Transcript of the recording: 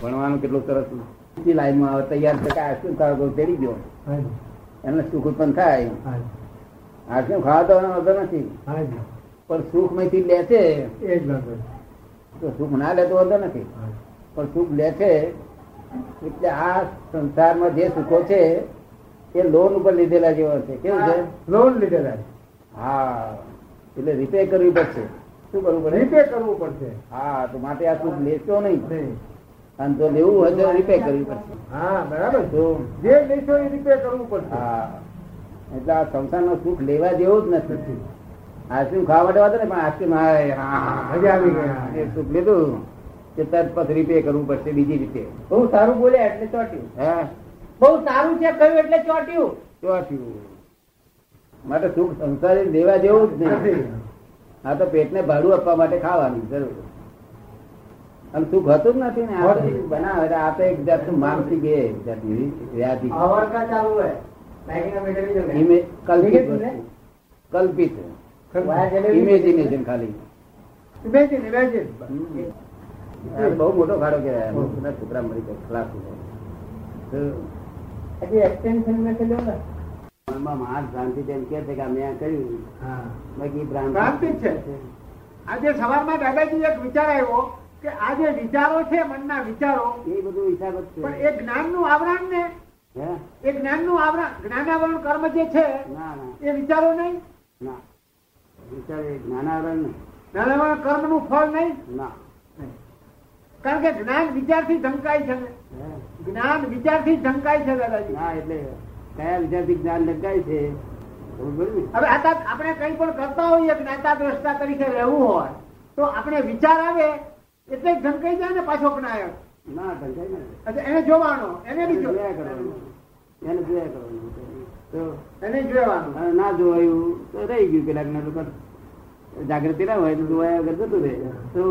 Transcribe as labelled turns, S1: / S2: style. S1: ભણવાનું કેટલું સરસ ઊંચી લાઈનમાં આવે તૈયાર છે કે આ શું ખાવા કોઈ તેડી ગયો એમને સુખ ઉત્પન્ન થાય આ શું ખાવા તો એનો વાંધો નથી પણ સુખમાંથી લે છે
S2: એ જ વાંધો
S1: તો સુખ ના લેતો વાંધો નથી પણ સુખ લે છે એટલે આ સંસારમાં જે સુખો છે એ લોન ઉપર લીધેલા જેવા છે કેવું છે
S2: લોન લીધેલા
S1: હા એટલે રિપેર કરવી પડશે શું કરવું
S2: છે
S1: પડે
S2: રીપે કરવું પડશે
S1: હા તો માટે આ સુખ લેશો નહીં
S2: નહીં.
S1: અને જો લેવું હોય તો રિપેર કરવી પડશે
S2: હા બરાબર છે.
S1: તો
S2: જે લેશો એ રીપે કરવું પડશે
S1: હા એટલે આ સંસારનો સુખ લેવા જેવો જ નથી
S2: નથી.
S1: આઈસ્ક્રીમ ખાવા માટે વાંધો ને પણ આઈસ્ક્રીમ હાય, હા,
S2: મજા આવી ગઈ.
S1: હા, એ સુખ લીધું કે તરત પછી રિપેર કરવું પડશે બીજી રીતે
S3: બહુ સારું બોલ્યા એટલે ચોટ્યું
S1: હા
S3: બહુ સારું છે કહ્યું એટલે ચોટ્યું
S1: કેવા થયું? માટે સુખ સંસારી લેવા જેવું જ
S2: નથી.
S1: નહીં આ તો પેટને ભાડું આપવા માટે ખાવાનું જરૂર અને સુખ હતું જ નથી ને આ તો
S2: હોતું.
S1: બનાવે એટલે આ તો એક જાતનું માનસિક એ એક જાતની વ્યાધિ ઇમે- કલ્પિત
S3: બીજું ને?
S1: વસ્તુ. કલ્પિત
S2: ખરું.
S1: ઇમેજિનેશન ખાલી
S2: Imagine, imagine.
S1: આ બહુ મોટો ફાળો કહેવાય અમુક બધા છોકરા મળી જાય ખલાસ થઈ જાય.
S3: હજી extension માં છે જો ને.
S1: તો મનમાં મહાન શાંતિ તેમ કે છે કે અમે આ કર્યું
S2: હા.
S1: બાકી ભ્રાંતિ
S2: ભ્રાંતિ જ છે. આજે સવારમાં દાદાજી એક વિચાર આવ્યો કે આ જે વિચારો છે મનના વિચારો
S1: એ બધું હિસાબ જ છે
S2: પણ એ જ્ઞાનનું આવરણ ને
S1: હે?
S2: એ જ્ઞાનનું આવરણ જ્ઞાનાવરણ કર્મ જે છે
S1: ના ના
S2: એ વિચારો નહીં
S1: ના વિચાર એ જ્ઞાનાવરણ નહીં.
S2: જ્ઞાનાવરણ કર્મનું ફળ નહીં
S1: ના
S2: કારણ કે જ્ઞાન વિચારથી ઢંકાય છે
S1: હે?
S2: જ્ઞાન વિચારથી ઢંકાય છે દાદાજી
S1: ના એટલે કયા વિચારથી જ્ઞાન લગાય છે ખબર પડી ને?
S2: હવે આ તાત આપણે કંઈ પણ કરતા હોઈએ જ્ઞાતા દ્રષ્ટા તરીકે રહેવું હોય તો આપણે વિચાર આવે એટલે જ ઢંકાઈ જાય ને પાછો જ્ઞાયક
S1: ના ઢંકાય ને
S2: એટલે એને જોવાનો એને બી
S1: એને
S2: જો-
S1: જોયા કરવાનું એને જોયા કરવાનું તો
S2: એને જોવાનું
S1: અને ના જોવાયું તો રહી ગયું કેટલાક ને લોકો જાગૃતિ ના હોય તો જોવાયા વગર જતું રહે તો